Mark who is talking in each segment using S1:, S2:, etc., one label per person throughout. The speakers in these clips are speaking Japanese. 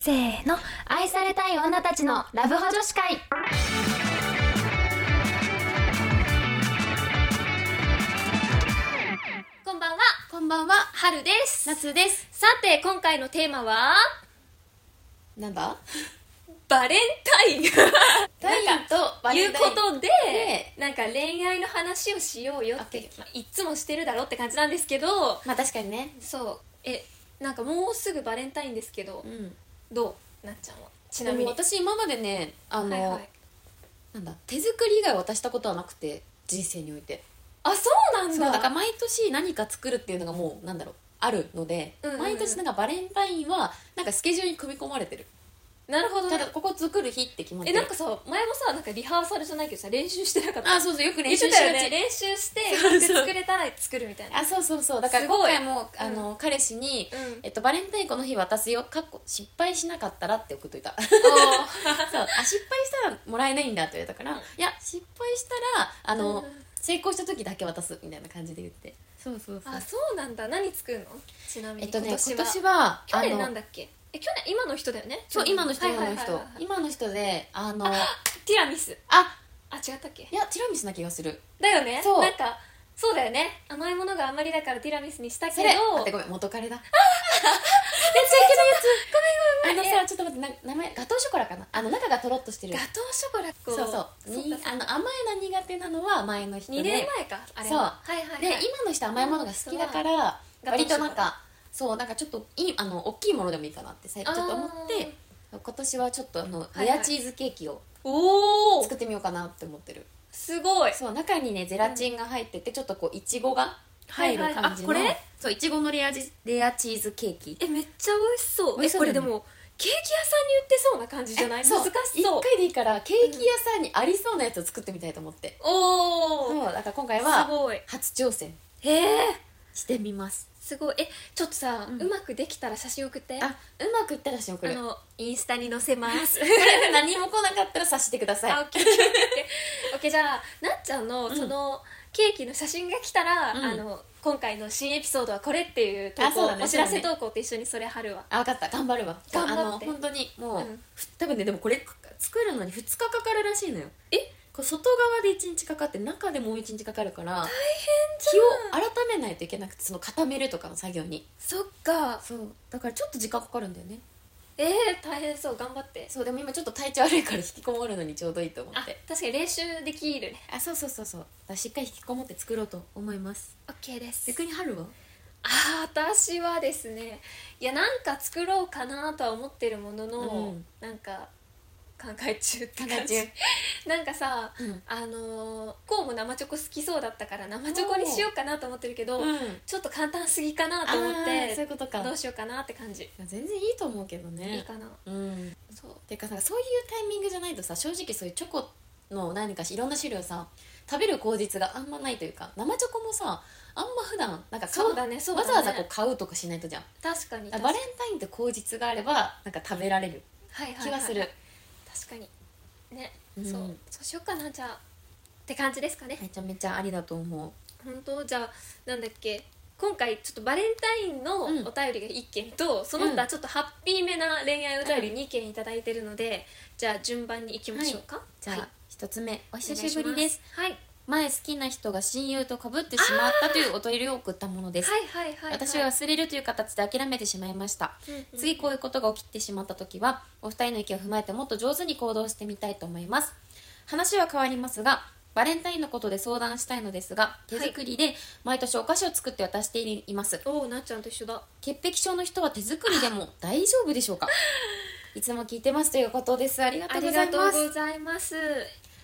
S1: せーの愛されたい女たちのラブホ女子会こんばんは
S2: こんばんは、
S1: 春です
S2: 夏です。
S1: さて今回のテーマは
S2: なんだ
S1: バレンタイン
S2: タイン
S1: なんか
S2: とバレ
S1: い
S2: ン
S1: う
S2: タ
S1: こ
S2: イン
S1: とで
S2: で
S1: なんか恋愛の話をしようよって
S2: オッケー
S1: まあいっつもしてるだろって感じなんですけど
S2: まあ確かにね。
S1: そうえなんかもうすぐバレンタインですけど
S2: うん。
S1: どうなっちゃんはち
S2: ち
S1: な
S2: な
S1: み
S2: み
S1: に
S2: に私今までね、あの、
S1: はいはい
S2: なんだ、手作り以外渡したことはなくて、人生において。
S1: あそうなん
S2: そう、
S1: だ
S2: だから毎年何か作るっていうのがもう、なんだろう、あるので、
S1: うんうんうん
S2: 毎年なんかバレンタインは、なんかスケジュールに組み込まれてる。
S1: なるほど
S2: た
S1: ね
S2: だ、ここ作る日って決まって
S1: え
S2: る。
S1: なんかさ前もさなんかリハーサルじゃないけどさ練習してなかった
S2: あ、そうそう、よく練
S1: 練
S2: 習
S1: 習だ
S2: しが
S1: よ
S2: ち。
S1: ね練習して
S2: そうそう
S1: で作れたら作るみたいな
S2: あ、そうそうそう。だから
S1: すごい
S2: 今回も、
S1: うん
S2: あの、彼氏に、
S1: うん
S2: えっと、バレンタインこの日渡すよ、かっこ失敗しなかったらって送っといた。 そうあ失敗したらもらえないんだって言われたから、
S1: うん
S2: いや失敗したらあの、
S1: うん
S2: 成功した時だけ渡すみたいな感じで言ってそうそう
S1: あそうなんだ何作るのちなみに
S2: えっとね今年は
S1: 去年
S2: あ
S1: なん
S2: の
S1: だっけえ去年今の人だよね
S2: そう今の人
S1: はい
S2: 今
S1: はい
S2: の
S1: はい
S2: 人
S1: はい
S2: 今の人であの
S1: ティラミス
S2: あ
S1: あ違ったっけ
S2: いやティラミスな気がする
S1: だよね
S2: そう
S1: なんかそうだよね甘いものがあまりだからティラミスにしたけ
S2: そ
S1: ど
S2: れ待ってごめん元彼だ
S1: ご
S2: あ
S1: めんごめん
S2: の
S1: ごめんえ
S2: さちょっと待ってな名前ガトーショコラかなあの中がとろっとしてる
S1: ガトーショコラ
S2: そうそうにあの甘いの苦手なのは前の人で
S1: 2年前かあれ
S2: そう
S1: ははいはい
S2: で
S1: はい
S2: 今の人甘いものが好きだから
S1: うん
S2: 割となんかそうなんかちょっといいあの大きいものでもいいかなって最
S1: あー
S2: 近ちょっと思って今年はちょっとあの
S1: はい
S2: レアチーズケーキを
S1: おお
S2: 作ってみようかなって思ってる、
S1: すごい
S2: そう中にねゼラチンが入っててちょっとこういちごが入る
S1: はいはい
S2: 感じの、
S1: あこれ
S2: そういちごのレアジレアチーズケーキ
S1: えめっちゃ美味しそう
S2: 美味しそうだ
S1: えこれ
S2: よね
S1: でもケーキ屋さんに売ってそうな感じじゃない
S2: え
S1: 難
S2: そう
S1: しそう
S2: 一回でいいからケーキ屋さんにありそうなやつを作ってみたいと思って、
S1: お
S2: そ
S1: お
S2: うだから今回
S1: す
S2: は
S1: ごい
S2: 初挑戦
S1: へえ
S2: してみます
S1: すごいえちょっとさ、う
S2: うん
S1: まくできたら写真送って
S2: あうまくいったらし よこ
S1: あ
S2: れ
S1: のインスタに載せます
S2: 何も来なかったら察してください
S1: あオッケーオッケーオッケーオッケーじゃあなっちゃんの
S2: うん
S1: そのケーキの写真が来たら、
S2: うん
S1: あの今回の新エピソードはこれっていう投
S2: あそ
S1: 稿
S2: うだね
S1: お知らせ投稿と一緒にそれ貼るわ
S2: あ分かった頑張るわ
S1: 頑張って
S2: あの本当にもう、
S1: うん
S2: ふ多分ねでもこれ作るのに2日かかるらしいのよ
S1: え
S2: こう外側で1日かかって中でもう1日かかるから大変
S1: じ
S2: 気を改めないといけなくてその固めるとかの作業に
S1: そっか
S2: そうだからちょっと時間かかるんだよね
S1: えー、大変そう頑張って
S2: そうでも今ちょっと体調悪いから引きこもるのにちょうどいいと思
S1: あ
S2: って
S1: 確かに練習できるね
S2: あそうそうそうそうだからしっかり引きこもって作ろうと思います
S1: オッケーです
S2: 逆に春は
S1: あー私はですねいやなんか作ろうかなとは思ってるものの、
S2: うん
S1: なんか考え中って
S2: 考
S1: 感
S2: え
S1: じ なんかさ、
S2: うん
S1: あのー、こうも生チョコ好きそうだったから生チョコにしようかなと思ってるけど、
S2: うん
S1: ちょっと簡単すぎかなと思っ
S2: あーそ
S1: て
S2: ういうことか
S1: どうしようかなって感じ、
S2: いや全然いいと思うけどね
S1: いいかな
S2: うん
S1: そう
S2: てかさそういうタイミングじゃないとさ正直そういうチョコの何かしいろんな種類をさ食べる口実があんまないというか生チョコもさあんま普段なんか買
S1: そうだねそうだね
S2: わざわざこう買うとかしないとじゃん
S1: 確かに
S2: だからバレンタインって口実があればなんか食べられる
S1: はいはいはい
S2: 気がする、
S1: 確かにね、
S2: うん
S1: そうそうしようかなじゃあって感じですかね
S2: めちゃめちゃありだと思
S1: 本当じゃあなんだっけ今回ちょっとバレンタインのお
S2: うん
S1: 便りが1件と、その他ちょっとハッピーめな恋愛お便り2件いただいてるので、じゃあ順番に行きましょうか、
S2: じゃあ
S1: はい
S2: 一、つ目お
S1: お
S2: 久しぶりです
S1: 願いし
S2: 前好きな人が親友とかぶってしまったというお便りを送ったもので
S1: ます
S2: す、
S1: はい、はいはいはいはい
S2: 私は忘れるという形で諦めてしまいました、次こういうことが起きてしまった時はお二人の意見を踏まえてもっと上手に行動してみたいと思います話は変わりますがバレンタインのことで相談したいのですが手作りで毎年お菓子を作って渡しています、
S1: おおなっちゃんと一緒だ
S2: 潔癖症の人は手作りでも 大丈夫でしょうかいつも聞いてますということですありがと
S1: あ
S2: うご
S1: り
S2: ざ
S1: が
S2: い
S1: と
S2: ま
S1: う
S2: す
S1: ございます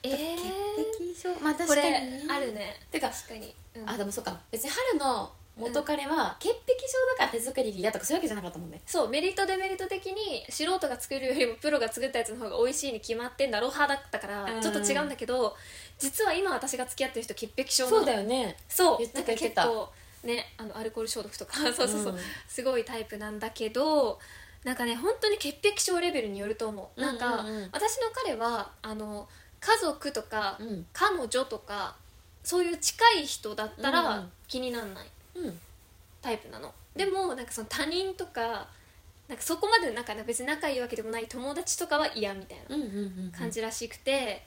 S1: えー、
S2: 潔癖症まあ確
S1: こ
S2: かに
S1: れ
S2: ね
S1: あるね
S2: てか
S1: 確かに、うん
S2: あでもそうか別に春の元彼は潔癖症だから手作りだとかそういうわけじゃなかったもんね
S1: そうメリットデメリット的に素人が作るよりもプロが作ったやつの方が美味しいに決まってんだろう派だったから
S2: うん
S1: ちょっと違うんだけど実は今私が付き合ってる人潔癖症なの
S2: そうだよね
S1: そう
S2: 言ってた
S1: なんか
S2: 言っ
S1: 結
S2: てた
S1: 構ねあのアルコール消毒と かそうそうそう、
S2: うん
S1: すごいタイプなんだけどなんかね本当に潔癖症レベルによると思うなんか、
S2: うんうんうん
S1: 私の彼はあの家族とか、
S2: うん
S1: 彼女とかそういう近い人だった
S2: うんう
S1: ら
S2: ん
S1: 気になんない
S2: うん
S1: タイプなのでもなんかその他人とかなんかそこまでなんか別に仲いいわけでもない友達とかは嫌みたいな
S2: うんうんうんうん
S1: 感じらしくて、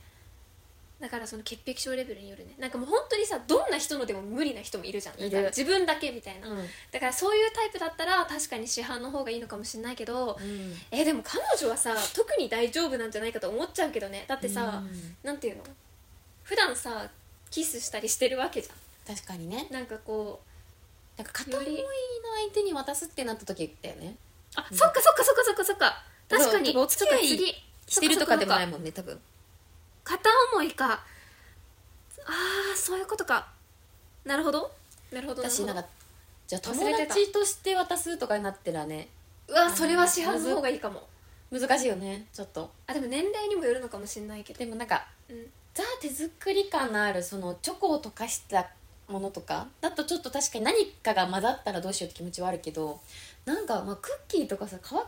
S1: だからその潔癖症レベルによるねなんかもう本当にさどんな人のでも無理な人もいるじゃん
S2: いる
S1: なんか自分だけみたいな、
S2: うん
S1: だからそういうタイプだったら確かに市販の方がいいのかもしれないけど、えでも彼女はさ特に大丈夫なんじゃないかと思っちゃうけどねだってさ、
S2: うん
S1: なんていうの普段さキスしたりしてるわけじゃ
S2: 確かにね
S1: んなんかこう
S2: なんか片思いの相手に渡すってなった時だよね
S1: あ、そっかそっかそっかそっかそっか確か
S2: そうて
S1: に
S2: かお付き合い
S1: そっか次
S2: してるとかでもない
S1: そっ
S2: もんね多分
S1: そっか片思いかあーそういうことかなるほどなるほどなる
S2: 私
S1: ほ
S2: なん
S1: ど
S2: かじゃあ
S1: 忘れ
S2: 友
S1: てた
S2: 達として渡すとかになってらね
S1: うわそれは市販の方がいいかも
S2: 難しいよねちょっと
S1: あでも年齢にもよるのかもしれないけど
S2: でもなんか
S1: うん
S2: ザ手作り感のあるそのチョコを溶かしたものとかだとちょっと確かに何かが混ざったらどうしようって気持ちはあるけどなんかまあクッキーとかさ乾き物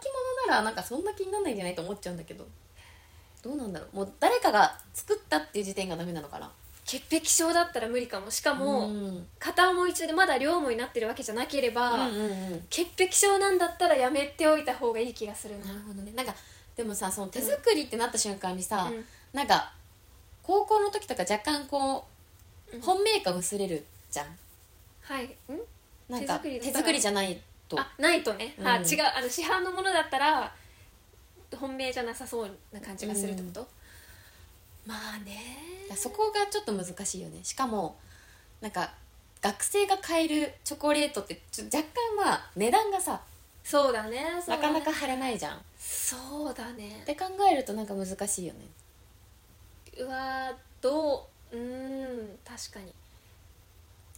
S2: ならなんかそんな気にならないんじゃないと思っちゃうんだけどどうなんだろうもう誰かが作ったっていう時点がダメなのかな
S1: 潔癖症だったら無理かもしかも、
S2: うん、うん
S1: 片思い中でまだ両思いになってるわけじゃなければ、
S2: うんうん
S1: 潔癖症なんだったらやめておいた方がいい気がする
S2: な
S1: な
S2: るほどねなんかでもさその手作りってなった瞬間にさ、
S1: うん
S2: なんか高校の時とか若干こ
S1: う
S2: うん本命感薄れるじゃん
S1: はいん
S2: なんか
S1: 手作りだか
S2: 手
S1: ら
S2: 作りじゃないと
S1: あないとね、あ
S2: うん
S1: 違うあの市販のものだったら本命じゃなさそうな感じがするってこと、まあね
S2: そこがちょっと難しいよねしかもなんか学生が買えるチョコレートってちょ若干まあ値段がさ、
S1: そうだねそう
S2: な
S1: だね
S2: かなか張らないじゃんっ
S1: そうだね
S2: て考えるとなんか難しいよね
S1: うわーどううーん確かに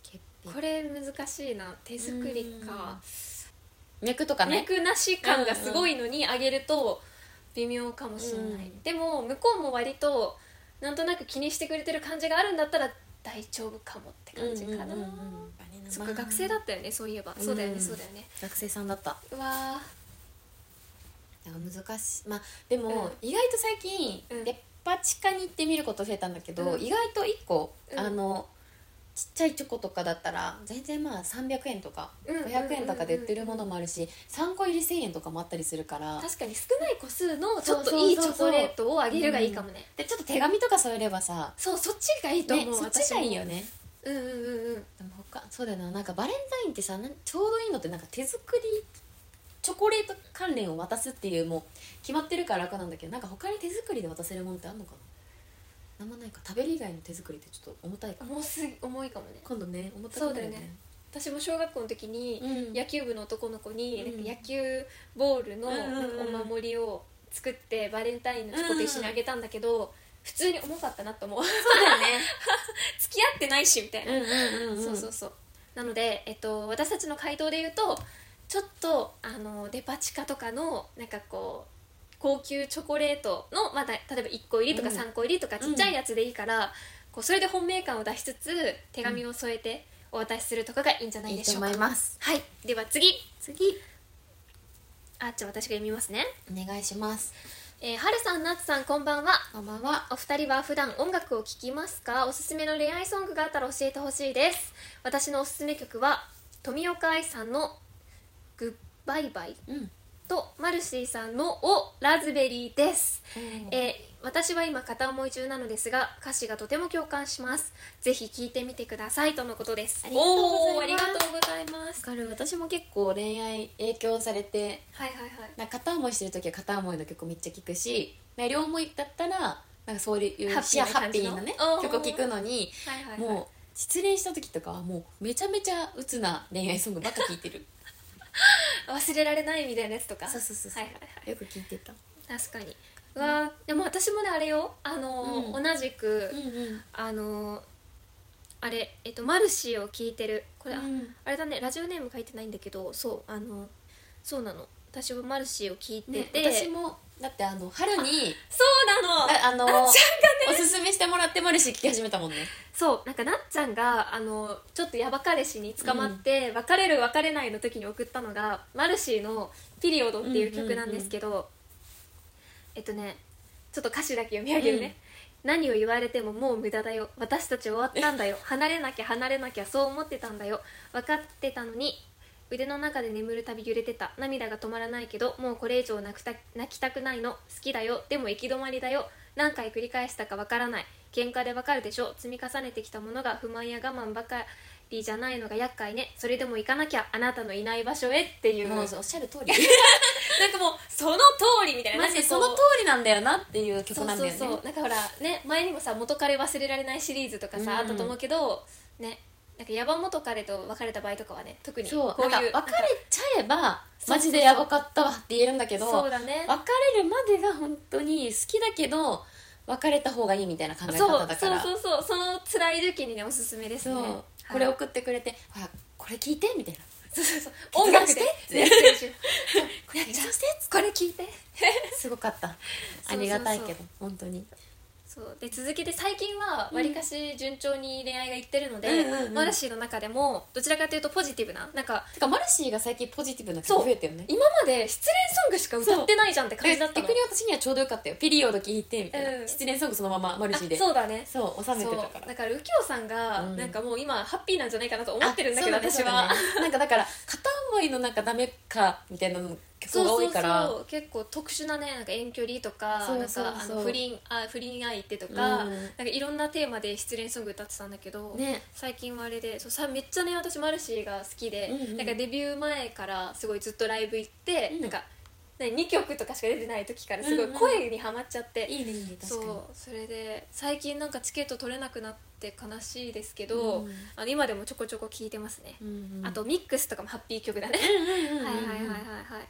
S2: 潔
S1: これ難しいな手作りか
S2: 脈とかね
S1: 脈なし感がすごいのにあげると微妙かもしれない、
S2: うん
S1: でも向こうも割となんとなく気にしてくれてる感じがあるんだったら大丈夫かもって感じかな、
S2: うんうんうんうん
S1: そっか学生だったよねそういえば、そうだよねそうだよね
S2: 学生さんだった
S1: うわ
S2: なんか難しいまあで
S1: う
S2: も、
S1: ん
S2: 意外と最近、
S1: うん
S2: デパ地下に行ってみること増えたんだけど、
S1: うん
S2: 意外と1個、
S1: うん
S2: あのちっちゃいチョコとかだったら全然まあ300円とか
S1: うん
S2: 500円とかで売ってるものもあるし、3個入り1000円とかもあったりするから
S1: ー確かに少ない個数のち
S2: そ
S1: ょ
S2: う
S1: っ
S2: そうそう
S1: と
S2: そう
S1: いいチョコレートをあげるがいいかもね、
S2: でちょっと手紙とか添えればさ、
S1: そうそっちがいいと思
S2: ね
S1: う、、
S2: そっちがいいよね
S1: 私もうんうんうんうん
S2: でも他そうだよななんかバレンタインってさなんちょうどいいのってなんか手作りチョコレート関連を渡すっていうもう決まってるから楽なんだけどなんか他に手作りで渡せるもんってあんのかななんもないか食べる以外の手作りってちょっと重たいか
S1: 重すぎ重いかもね
S2: 今度ね重たくなるよね
S1: 私も小学校の時に
S2: うん
S1: 野球部の男の子に
S2: うん
S1: なんか野球ボールの
S2: うんうんうん
S1: なんかお守りを作ってバレンタインのチョコと一緒にあげたんだけど普通に重かったなと思う
S2: そうだよね
S1: 付き合ってないしみたいな
S2: うんうんうん、うん、
S1: そうそうそうなので、えっと、私たちの回答で言うとちょっとあのデパ地下とかのなんかこう高級チョコレートの、まあ、だ例えば1個入りとか
S2: うん
S1: 3個入りとかちっちゃいやつでいいから、こうそれで本命感を出しつつ手紙を添えてお渡しするとかがいいんじゃない
S2: いい
S1: で
S2: と
S1: しょう
S2: 思
S1: か。
S2: います
S1: はい、では次
S2: 次
S1: あじゃあ私が読みますね、
S2: お願いします
S1: えー、はるさんなつさんこんばんは
S2: こんばんは
S1: お二人は普段音楽を聴きますかおすすめの恋愛ソングがあったら教えてほしいです私のおすすめ曲は富岡愛さんの「グッバイバイ
S2: うん」
S1: とマルシーさんの「おラズベリー」です、え
S2: え
S1: ー私は今片思い中なのですが歌詞がとても共感しますぜひ聴いてみてくださいとのことです
S2: ありがとうございます
S1: おーありがとうございます
S2: かる私も結構恋愛影響されて
S1: はいはいはい
S2: なんか片思いしてる時は片思いの曲めっちゃ聴くし、まあ、両思いだったらなんかそういう
S1: ハッピーな
S2: ハッ
S1: 感
S2: ピ
S1: じ
S2: ー
S1: の
S2: なね
S1: うん
S2: 曲を聴くのに
S1: はいはいはい
S2: もう失恋した時とかはもうめちゃめちゃ鬱な恋愛ソングばっか聴い てる
S1: 忘れられないみたいなやつとか
S2: そうそうそうそう
S1: はいはいはい
S2: よく聴いてた
S1: 確かにうわーでも私もねあれよあのー、
S2: うん
S1: 同じく、
S2: うんうん
S1: あのー、あれえっとマルシーを聞いてるこれ、あ
S2: うん
S1: あれだねラジオネーム書いてないんだけどそうあのそうなの私はマルシーを聞いて
S2: ね
S1: て、
S2: 私もだってあの春に
S1: そうなの
S2: ああの
S1: なっち
S2: おすすめしてもらってマルシー聴き始めたもんね
S1: そうなんかなっちゃんがあのちょっとヤバ彼氏に捕まって、別れる別れないの時に送ったのがマルシーの「ピリオド」っていう曲なんですけど、えっとねちょっと歌詞だけ読み上げるね、何を言われてももう無駄だよ私たち終わったんだよ離れなきゃ離れなきゃそう思ってたんだよ分かってたのに腕の中で眠るたび揺れてた涙が止まらないけどもうこれ以上泣くた泣きたくないの好きだよでも行き止まりだよ何回繰り返したかわからない喧嘩でわかるでしょ積み重ねてきたものが不満や我慢ばかりじゃないのが厄介ねそれでも行かなきゃあなたのいない場所へっていう、
S2: も
S1: な
S2: うん
S1: か
S2: おっしゃる 通り
S1: もうその通りみたいな
S2: マジでその通りなんだよなっていう曲なんだよね
S1: そうそうそうなんかほらね前にもさ「元彼忘れられない」シリーズとかさ、
S2: うん
S1: あったと思うけどねなんかヤバ元彼と別れた場合とかはね特に
S2: そう
S1: こういう
S2: なんか別れちゃえば
S1: そうそうそう
S2: マジでやばかったわって言えるんだけど
S1: そうだね
S2: 別れるまでが本当に好きだけど別れた方がいいみたいな考え
S1: そう
S2: 方だから
S1: そうそうそうその辛い時期にねおすすめですね
S2: そう
S1: はい
S2: これ送ってくれて「ほらこれ聞いて」みたいな
S1: そうそうそう音楽
S2: 決断
S1: で
S2: して
S1: メッセージを
S2: 「これ
S1: 決断
S2: して
S1: これ聞いて」
S2: すごかった
S1: そうそうそ
S2: あ
S1: う
S2: りがたいけど本当に
S1: そうで続けて最近はわりかし順調に恋愛がいってるので、
S2: うんうんうん
S1: マルシーの中でもどちらかというとポジティブななんか
S2: てかマルシーが最近ポジティブな曲増えたよね
S1: 今まで失恋ソングしか歌ってないじゃんって感じだったの
S2: 逆に私にはちょうどよかったよ「ピリオド聞いて」みたいな、
S1: うん
S2: 失恋ソングそのままマルシーで
S1: あそうだね
S2: そう収めてた
S1: そ
S2: か
S1: う
S2: ら
S1: だから右京さんが、
S2: うん
S1: なんかもう今ハッピーなんじゃないかなと思ってるんだけど
S2: あ
S1: 私
S2: そうだね
S1: は
S2: そうだねなんかだから片思いのなんかダメかみたいなの
S1: そ
S2: 曲
S1: う
S2: が多
S1: そ
S2: いう
S1: そ
S2: から
S1: う結構特殊なねなんか遠距離とか
S2: そうそうそう
S1: なんかあの不倫あ不倫相手とか,、
S2: うん
S1: なんかいろんなテーマで失恋ソング歌ってたんだけど、
S2: ね
S1: 最近はあれでそうさめっちゃね私マルシーが好きで、
S2: うんうん
S1: なんかデビュー前からすごいずっとライブ行って、
S2: うん
S1: なんか2曲とかしか出てない時からすごい声にはまっちゃって、
S2: いいねいいね確かに
S1: そうそれで最近なんかチケット取れなくなって悲しいですけど、
S2: うん
S1: あの今でもちょこちょこ聞いてますね、
S2: うんうん
S1: あとミックスとかもハッピー曲だね、
S2: うんうん
S1: はいはいはいはいはい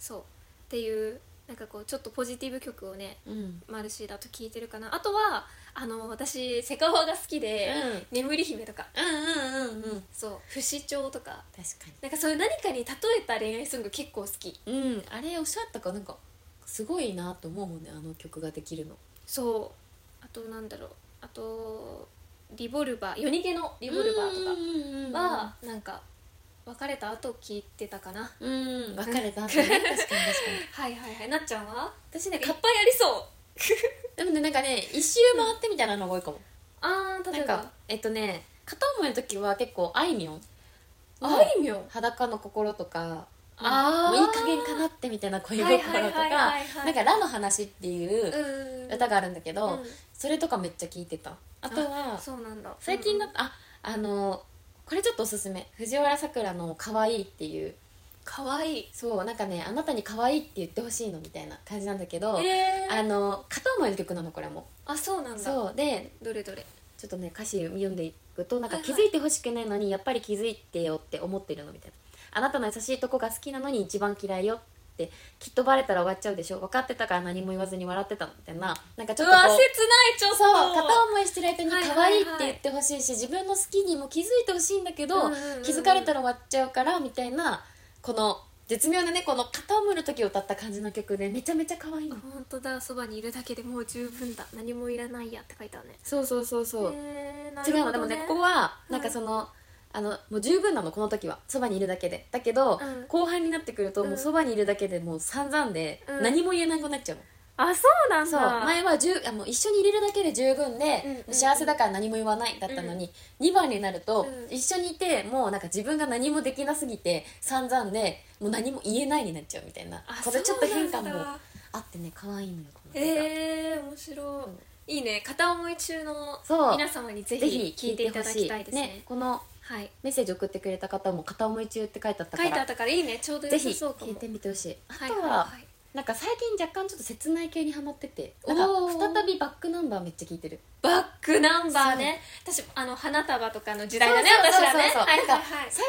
S1: そうっていうなんかこうちょっとポジティブ曲をね
S2: うん
S1: マルシーだと聞いてるかなあとはあの私セカオワが好きで
S2: うん
S1: 「眠り姫」とか
S2: うんうんうんうん
S1: そう「不死鳥」とか
S2: 確か
S1: なんかそういう何かに例えた恋愛ソング結構好き
S2: にうんあれおっしゃったかなんかすごいなと思うもんねあの曲ができるの
S1: そうあとなんだろうあと「リボルバー」「夜逃げのリボルバー」とか
S2: と
S1: はなんか別れた後聞いてたかな
S2: うん別れた後ね確かに確かに
S1: はいはいはいなっちゃんは
S2: 私
S1: な
S2: ね
S1: んかい
S2: か
S1: っぱいありそう
S2: でもねなんかね一周回ってみたいなのが多いかも
S1: あー
S2: なんかえっとね片思いの時は結構あいみょん
S1: あいみょん
S2: 裸の心とか
S1: あー
S2: もういい加減かなってみたいな恋心とか、
S1: はいはいはいはいはい
S2: なんか「ラの話」っていう
S1: うん
S2: 歌があるんだけど、
S1: うん
S2: それとかめっちゃ聞いてたあとは
S1: そうなんだ
S2: 最近だ
S1: う
S2: と
S1: ん
S2: ああのこれちょっとおすすめ藤原さくらの「可愛いっていう
S1: かわいい
S2: そうなんかねあなたに可愛いって言ってほしいのみたいな感じなんだけど、
S1: えー
S2: あの片思いの曲なのこれも
S1: あそうなんだ
S2: そうで
S1: どれどれ
S2: ちょっとね歌詞読んでいくとなんか
S1: はい
S2: 気
S1: はい
S2: づいてほしくないのにやっぱり気づいてよって思ってるのみたいなあなたの優しいとこが好きなのに一番嫌いよってきっとバレたら終わっちゃうでしょ分かってたから何も言わずに笑ってたのみたいななんかちょっとこう
S1: ないちょっ
S2: そう片思いしてる相手に
S1: はいはい
S2: 可
S1: はい
S2: 愛いって言ってほしいし自分の好きにも気づいてほしいんだけど
S1: うんうんうん
S2: 気づかれたら終わっちゃうからみたいなこの絶妙なねこの片思いの時を歌った感じの曲でめちゃめちゃ可愛いの
S1: 本当だそばにいるだけでもう十分だ何もいらないやって書いてあるね
S2: そうそうそうそう
S1: へーな
S2: 違
S1: る
S2: うの、
S1: ほ
S2: で
S1: ど
S2: も
S1: ね
S2: ねここはなんかその、あのもう十分なのこの時はそばにいるだけでだけど、
S1: うん
S2: 後半になってくると、
S1: うん
S2: もうそばにいるだけでもう散々で、
S1: うん
S2: 何も言えなくなっちゃうの、
S1: あそうなん
S2: そう
S1: だ
S2: 前は十あもう一緒にいれるだけで十分で、
S1: うんうんうん
S2: 幸せだから何も言わないだったのに、2番になると、
S1: うん
S2: 一緒にいてもうなんか自分が何もできなすぎて散々でもう何も言えないになっちゃうみたいな
S1: あ
S2: これちょっと変化
S1: そ
S2: も
S1: うなんだ
S2: あってね可愛いのよこの曲が
S1: えー面白いいいね片思い中の
S2: そう
S1: 皆様にぜひ聞いていただきたいですね
S2: この
S1: はい
S2: メッセージ送ってくれた方も片思い中って書いてあったか
S1: 書いてあ
S2: ら
S1: ったからいいねちょうど
S2: ぜ
S1: 良
S2: ひ
S1: さそうか
S2: 聞い
S1: も
S2: てみてほしいあ
S1: はい
S2: と
S1: はい
S2: は
S1: はい
S2: なんか最近若干ちょっと切ない系にハマっててなん
S1: おー
S2: か再びバックナンバーめっちゃ聞いてる
S1: バックナンバーね私あの花束とかの時代だね
S2: そうそう
S1: 私らね
S2: そうそう
S1: はいはい
S2: な
S1: は
S2: ん
S1: い
S2: か最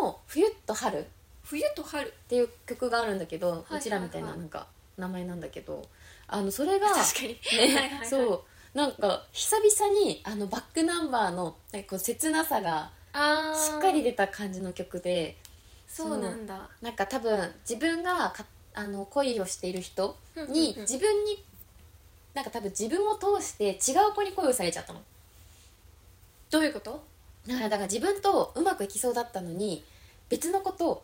S2: 新の「冬と春」っ
S1: 冬と春
S2: ていう曲があるんだけど、
S1: はいう
S2: ちらみたいな
S1: はい
S2: なんか名前なんだけどあのそれが
S1: 確かに
S2: ね
S1: はいはいはい
S2: そうなんか久々にあのバックナンバーのなんかこう切なさが
S1: あー
S2: しっかり出た感じの曲で
S1: そうなんだ
S2: なんか多分自分がかあの恋をしている人
S1: うんうん
S2: に
S1: うん
S2: 自分になんか多分自分を通して違う子に恋をされちゃったの
S1: どういうこと
S2: だからだから自分とうまくいきそうだったのに別の子と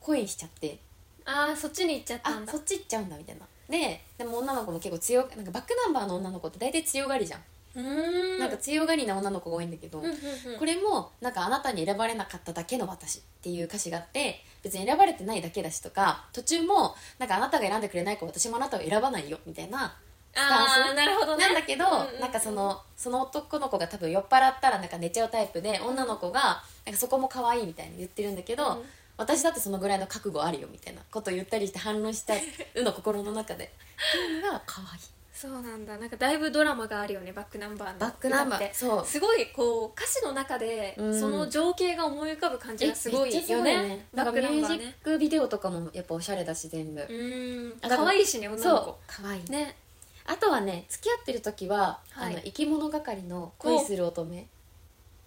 S2: 恋しちゃって
S1: ああそっちに行っちゃった
S2: あ
S1: んだ
S2: そっち行っちゃうんだみたいなででも女の子も結構強いなんかバックナンバーの女の子って大体強がりじゃん
S1: うん
S2: なんか強がりな女の子が多いんだけど、
S1: うんうんうん
S2: これもなんかあなたに選ばれなかっただけの私っていう歌詞があって別に選ばれてないだけだしとか途中もなんかあなたが選んでくれない子私もあなたを選ばないよみたいな
S1: あーなるほどね
S2: なんだけど、
S1: うう
S2: なんかそのその男の子が多分酔っ払ったらなんか寝ちゃうタイプで女の子がなんかそこも可愛いみたいに言ってるんだけど、
S1: うん
S2: 私だってそのぐらいの覚悟あるよみたいなことを言ったりして反論したうの心の中でっていうのが可愛い
S1: そうなんだなんかだいぶドラマがあるよねバックナンバーの
S2: バックナンバ
S1: 歌っ
S2: ー
S1: て
S2: そう
S1: すごいこう歌詞の中で
S2: うん
S1: その情景が思い浮かぶ感じがすごいよね,、
S2: だ
S1: バ
S2: か
S1: ック
S2: ら
S1: ナン
S2: ミュ
S1: バ
S2: ー
S1: ー
S2: ジ
S1: ね
S2: ックビデオとかもやっぱおしゃれだし全部、
S1: うん
S2: あだから
S1: 可愛いしね女
S2: そ
S1: の
S2: う
S1: 子
S2: 可愛いね
S1: ね
S2: あとはね付き合ってる時は、
S1: はい
S2: あの生き物係の恋する乙女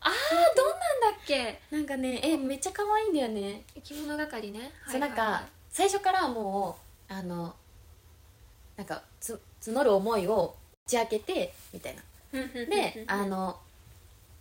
S1: あーどんなんだっけ
S2: なんかねえめっちゃ可愛いんだよね、
S1: 生き物係ね
S2: そうなんか最初からもうあのなんかつ募る思いを打ち明けてみたいなで
S1: で
S2: あの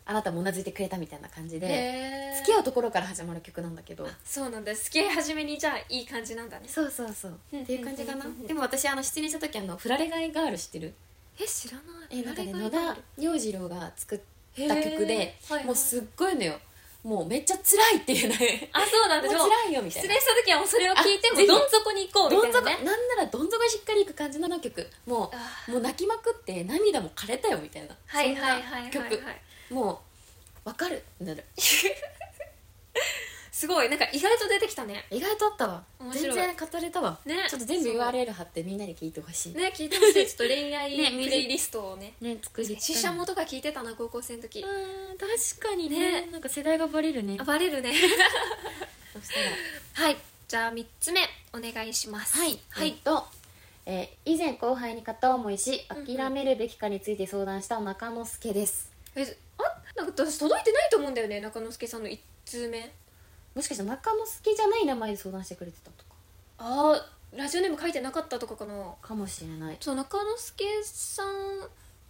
S2: あなたもうなずいてくれたみたいな感じで
S1: へ付き
S2: 付き
S1: 合
S2: 合
S1: う
S2: うところから始まる曲なんだけど
S1: そうなんだ付き合い始めにじゃあいい感じなんだね
S2: そうそうそう
S1: うん
S2: っていう感じかな
S1: うんうんうん
S2: でも私あの出演した時あの「フラレガイガール」知ってる
S1: え知らない
S2: えなんかね
S1: 誰
S2: 野
S1: がやっ
S2: 田洋次郎が作った
S1: へー
S2: 曲で、
S1: はいはい
S2: もうすっごいのよもうめっちゃ辛いっていうね
S1: たあそうなん
S2: もう
S1: だじゃあ
S2: 辛いよみたい
S1: 失
S2: な
S1: 礼した時はもうそれを聞いて
S2: あ
S1: も
S2: ぜひ
S1: どん底に行こう
S2: ど
S1: み
S2: ん
S1: たい
S2: 底
S1: な
S2: なん
S1: ね
S2: ならどん底がしっかりいく感じなの曲も
S1: あ
S2: うもう泣きまくって涙も枯れたよみたいな
S1: はいはいはいはい
S2: そん
S1: は
S2: ない曲もうわかるってなる
S1: すごいなんか意外と出てきたね
S2: 意外とあったわ
S1: 面白い
S2: 全然語れたわ、
S1: ね
S2: ちょっと全部 URL 貼ってみんなで聞いてほしい
S1: ね聞いてほし いちょっと恋愛
S2: ね
S1: プレイリストをね
S2: ね作りたい
S1: シシャモとか聞いてたな高校生の時
S2: うん確かに
S1: ね
S2: なんか世代がバレるね
S1: あバレるね
S2: そしたら
S1: はいじゃあ3つ目お願いします
S2: はい、
S1: は
S2: えっ
S1: い
S2: と、えー以前後輩に片思いし
S1: うんうん
S2: 諦めるべきかについて相談した中之助です、
S1: えあなんか私届いてないと思うんだよね中之助さんの1通目
S2: もしかしたら中之助じゃない名前で相談してくれてたとか
S1: あーラジオネーム書いてなかったとかかな
S2: かもしれない
S1: そう中之助さん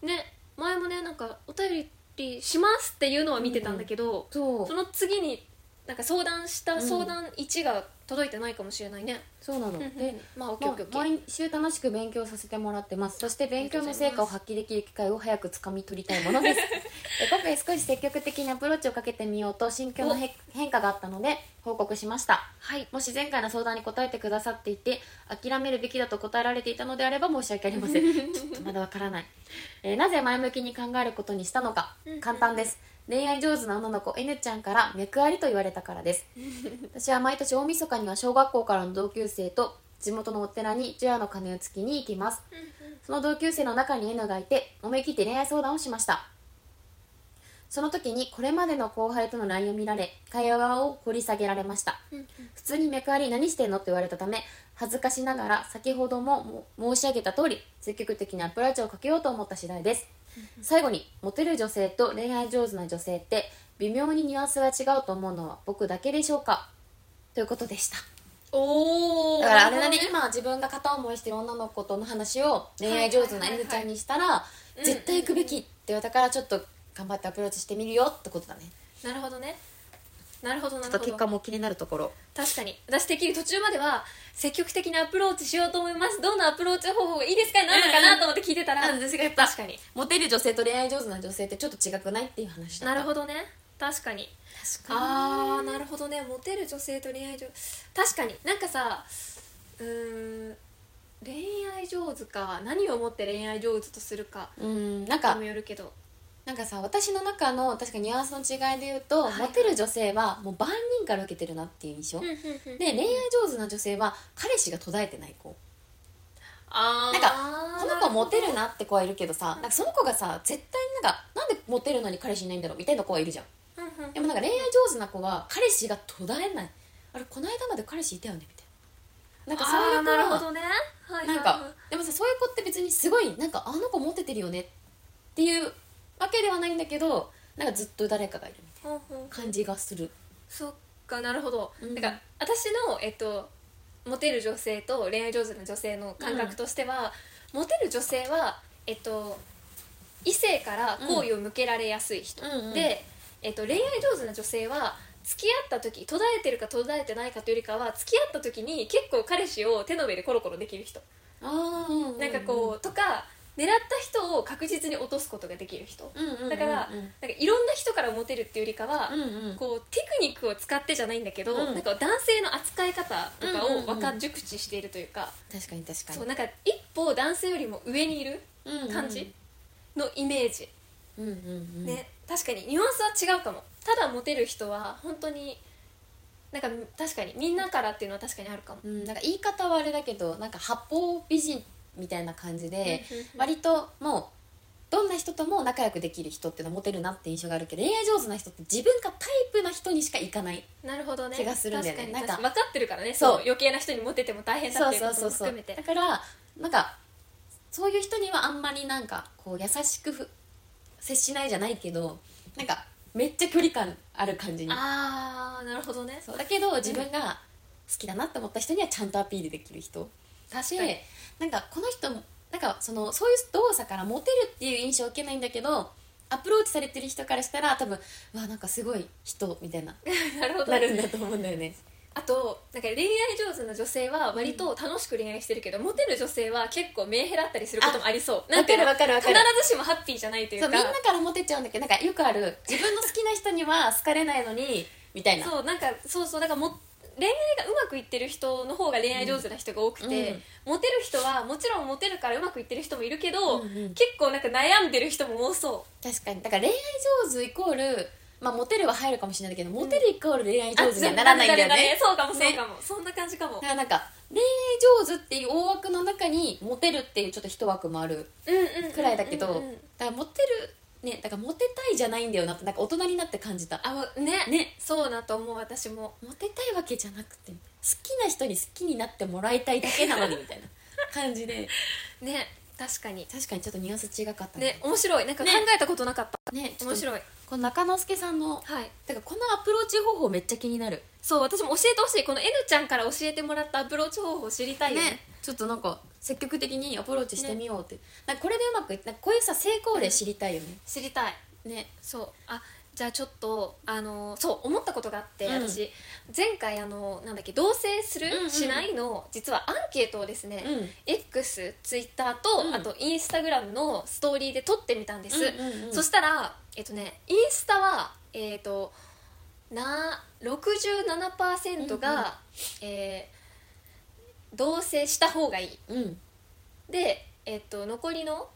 S1: ね前もねなんかお便りしますっていうのは見てたんだけど、
S2: そう
S1: その次になんか相談した
S2: ん
S1: 相談1が届いてないかもしれないね、
S2: そうなの、
S1: うんうん
S2: で、
S1: まあオッケー
S2: ま
S1: オッ
S2: あ
S1: ケーオッケー
S2: 毎週楽しく勉強させてもらってますそして勉強の成果を発揮できる機会を早くつかみ取りたいも のですえ今回少し積極的にアプローチをかけてみようと心境のへ変化があったので報告しました
S1: はい
S2: もし前回の相談に答えてくださっていて諦めるべきだと答えられていたのであれば申し訳あ りませんちょっとまだわからない、えーなぜ前向きに考えることにしたのか
S1: うんうん
S2: 簡単です恋愛上手な女の子 N ちゃんから脈ありと言われたからです 私は毎年大晦日には小学校からの同級生と地元のお寺に除夜の鐘をつきに行きますその同級生の中に N がいて思い切って恋愛相談をしましたその時にこれまでの後輩との LINE を見られ会話を掘り下げられました普通に脈あり何してんのって言われたため恥ずかしながら先ほどもも申し上げた通り積極的にアプローチをかけようと思った次第です最後にモテる女性と恋愛上手な女性って微妙にニュアンスが違うと思うのは僕だけでしょうかということでした
S1: おお
S2: だからあれだね今自分が片思いしてる女の子との話を恋愛上手な
S1: はいはいはいはい
S2: N ちゃんにしたら
S1: うん
S2: 絶対行くべきって言われたからちょっと頑張ってアプローチしてみるよってことだね
S1: なるほどねなるほどな
S2: ちょ
S1: る
S2: っと
S1: ほど
S2: 結果も気になるところ
S1: 確かに私的に途中までは積極的なアプローチしようと思いますどんなアプローチ方法がいいですかになるのかなと思って聞いてたら、
S2: うんうん
S1: 確かに
S2: モテる女性と恋愛上手な女性ってちょっと違くないっていう話だ
S1: な
S2: った
S1: るほどね確かに
S2: 確かに
S1: あーなるほどねモテる女性と恋愛上確かになんかさうーん恋愛上手か何をもって恋愛上手とするか
S2: うんなん
S1: に
S2: か
S1: もよるけど
S2: なんかさ私の中の確かニュアンスの違いで言うと、
S1: はい
S2: モテる女性はもう万人から受けてるなっていう印象、で
S1: で
S2: 恋愛上手な女性は彼氏が途絶えてない子
S1: あ
S2: なん
S1: か
S2: この子モテるなって子はいるけどさなんかその子がさ絶対になんかなんでモテるのに彼氏いないんだろうみたいな子はいるじゃんでもなんか恋愛上手な子は彼氏が途絶えないあれこの間まで彼氏いたよねみたいななんかそういう子
S1: なる
S2: は
S1: ほどねはい
S2: なん
S1: はいは
S2: か
S1: い
S2: でもさそういう子って別にすごいなんかあの子モテてるよねっていうわけではないんだけどなんかずっと誰かがいるみたい
S1: ほんほん
S2: な感じがする
S1: そっかなるほど、
S2: うん
S1: だから私の、えっと、モテる女性と恋愛上手な女性の感覚としては、モテる女性は、えっと、異性から好意を向けられやすい人、
S2: うんうん
S1: で、えっと、恋愛上手な女性は付き合った時途絶えてるか途絶えてないかというよりかは付き合った時に結構彼氏を手の上でコロコロできる人、
S2: あ
S1: なんかこうとか狙った人を確実に落とすことができる人
S2: うんうんうんうん
S1: だから
S2: うん
S1: なんかいろんな人からモテるっていうよりかは、
S2: うんうん
S1: こうテクニックを使ってじゃないんだけど、
S2: うん
S1: なんか男性の扱い方とか
S2: うんうんう
S1: を
S2: ん
S1: 若熟知しているというか、
S2: 確かに確かに
S1: そうなんか一歩男性よりも上にいる
S2: うんうん
S1: 感じのイメージ、
S2: うんうんうん
S1: ね確かにニュアンスは違うかもただモテる人は本当になんか確かにみんなからっていうのは確かにあるかも、
S2: うん、なんか言い方はあれだけどなんか八方美人みたいな感じで
S1: うんうんうん
S2: 割ともうどんな人とも仲良くできる人っていうのはモテるなって印象があるけど恋愛上手な人って自分がタイプな人にしか行かない
S1: なるほどね
S2: 気がするんだよね
S1: 確か
S2: なん
S1: に
S2: か
S1: 確かに分かってるからね
S2: そう
S1: そう余計な人にモテても大変だ
S2: そ
S1: っ
S2: う
S1: ていうこ
S2: そう
S1: と
S2: そ
S1: も含
S2: うそう
S1: めて
S2: だからなんかそういう人にはあんまりなんかこう優しくふ接しないじゃないけどなんかめっちゃ距離感ある感じに
S1: ああなるほどね
S2: そうだけど自分が好きだなって思った人にはちゃんとアピールできる人
S1: 確かに
S2: でなんかこの人もなんかそのそういう動作からモテるっていう印象を受けないんだけどアプローチされてる人からしたら多分うわなんかすごい人みたいな
S1: なるほど
S2: なるんだと思うんだよね
S1: あとなんか恋愛上手な女性は割と楽しく恋愛してるけど、モテる女性は結構メンヘラだったりすることもありそうなんいうの
S2: わかるわかるわかる
S1: 必ずしもハッピーじゃないという
S2: そ
S1: か
S2: うみんなからモテちゃうんだけどなんかよくある自分の好きな人には好かれないのにみたいな
S1: そうなんかそうそうだからも恋愛がうまくいってる人の方が恋愛上手な人が多くて、
S2: うん
S1: モテる人はもちろんモテるからうまくいってる人もいるけど、
S2: うんうん
S1: 結構なんか悩んでる人も多そ
S2: 確かにだから恋愛上手イコールまあモテるは入るかもしれないけどモテるイコール恋愛
S1: う
S2: 上手にはならないんだよ
S1: あなら
S2: ね
S1: そうかもそう
S2: ね
S1: かも、そんな感じかも
S2: だからなんか恋愛上手っていう大枠の中にモテるっていうちょっと一枠もある
S1: うんうんうん
S2: くらいだけど、
S1: うんうん
S2: だからモテるねだからモテたいじゃないんだよなってなんか大人になって感じた
S1: あわね
S2: ね
S1: そうだと思う私も
S2: モテたいわけじゃなくて好きな人に好きになってもらいたいだけなの にみたいな感じで
S1: ね確かに
S2: 確かにちょっとニュアンス違かった
S1: ね面白いなんか考
S2: ね
S1: えたことなかった、
S2: ねちょっ
S1: 面
S2: と
S1: 白い
S2: この中之助さんの
S1: はい
S2: だからこのアプローチ方法めっちゃ気になる
S1: そう私も教えてほしいこの N ちゃんから教えてもらったアプローチ方法知りたいよね
S2: ちょっとなんか積極的にアプローチしてみようって、なんかこれでうまくいってなんかこういうさ成功例知りたいよね、
S1: 知りたい
S2: ね
S1: そうあじゃあちょっとあのそう思ったことがあって、
S2: うん
S1: 私前回あのなんだっけ同棲する、
S2: うんうん
S1: しないの実はアンケートをですね、
S2: うん
S1: X ツイッターと、
S2: うん
S1: あとインスタグラムのストーリーで撮ってみたんです、
S2: うんうんうん
S1: そしたらえっとねインスタはえっ、とな67%が、
S2: うんうん
S1: えー同棲した方がいい
S2: うん
S1: で、えっと、残りの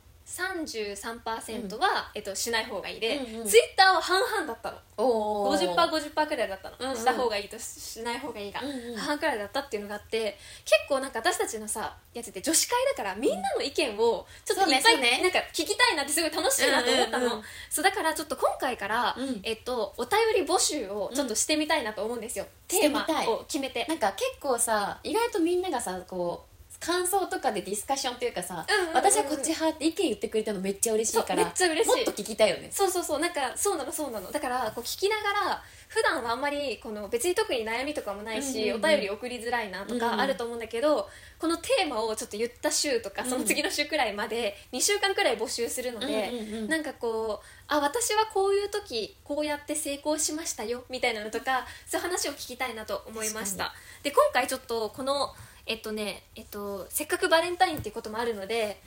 S1: 33%は、えっと、しない方がいいで、
S2: うんうん
S1: ツイッターは半々だったの
S2: おー
S1: 50%50% くらいだったの、
S2: うんうん
S1: した方がいいとししない方がいいが、
S2: うんうん
S1: 半々くらいだったっていうのがあって結構なんか私たちのさやつって女子会だからみんなの意見をちょっ
S2: そう
S1: と
S2: ね
S1: いっぱい、
S2: そうね
S1: なんか聞きたいなってすごい楽しいなと思ったの、
S2: うんうんうん
S1: そうだからちょっと今回から、
S2: うん
S1: えっと、お便り募集をちょっとしてみたいなと思うんですよ、
S2: うん
S1: テーマ
S2: してみたい
S1: を決めて。
S2: なんか結構さ意外とみんながさこう感想とかでディスカッションというかさ、
S1: うんうんうんうん
S2: 私はこっち派って意見言ってくれたのめっちゃ嬉しいか
S1: そ
S2: ら
S1: うめっちゃ嬉しい
S2: もっと聞きたいよね
S1: そうそうそうなんかそうなのそうなのだからこう聞きながら普段はあんまりこの別に特に悩みとかもないし、
S2: うんうんうん
S1: お便り送りづらいなと
S2: うんうん
S1: かあると思うんだけど、このテーマをちょっと言った週とかその次の週くらいまで2週間くらい募集するので、
S2: うんうんうん
S1: なんかこうあ私はこういう時こうやって成功しましたよみたいなのとかそういう話を聞きたいなと思いましたで今回ちょっとこのえっとねえっとせっかくバレンタインっていうこともあるので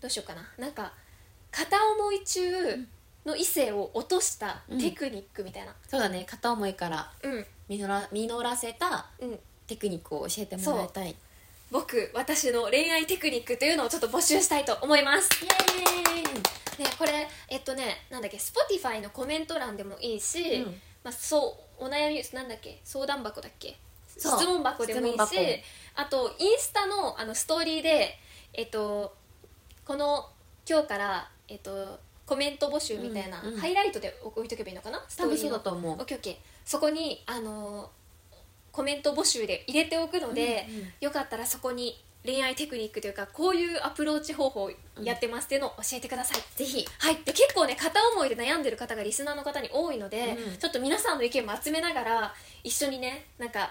S1: どうしようかななんか片思い中の異性を落としたテクニックみたいな
S2: そうだね片思いから
S1: うん
S2: 実ら実らせた
S1: うん、
S2: テクニックを教えてもらいたい
S1: 僕私の恋愛テクニックというのをちょっと募集したいと思います
S2: イエ
S1: ねこれえっとねなんだっけ Spotify のコメント欄でもいいし、
S2: うん
S1: まあ、そうお悩みなんだっけ相談箱だっけ質
S2: そう
S1: 問箱でもいい
S2: 質
S1: し
S2: 問箱
S1: あとインスタのあのストーリーでえっとこの今日からえっとコメント募集みたいな、
S2: うんうん
S1: ハイライトで置いとけばいいのかなスト
S2: 多
S1: ーリ
S2: 分
S1: ー
S2: そう
S1: の
S2: だと思
S1: オッ
S2: う
S1: ケーオッケーそこにあのーコメント募集で入れておくので、
S2: うんうん
S1: よかったらそこに恋愛テクニックというかこういうアプローチ方法をやってますっていうのを教えてください、
S2: ぜひ
S1: はいで結構ね片思いで悩んでる方がリスナーの方に多いので、
S2: うん
S1: ちょっと皆さんの意見も集めながら一緒にねなんか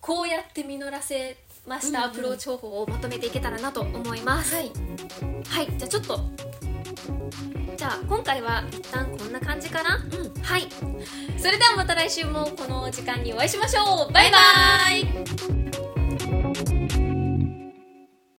S1: こうやって実らせましたアプローチ方法をまとめていけたらなと思います、
S2: はい
S1: はいじゃあちょっとじゃあ今回は一旦こんな感じかな
S2: うん
S1: はい。それではまた来週もこの時間にお会いしましょう。バイバイ。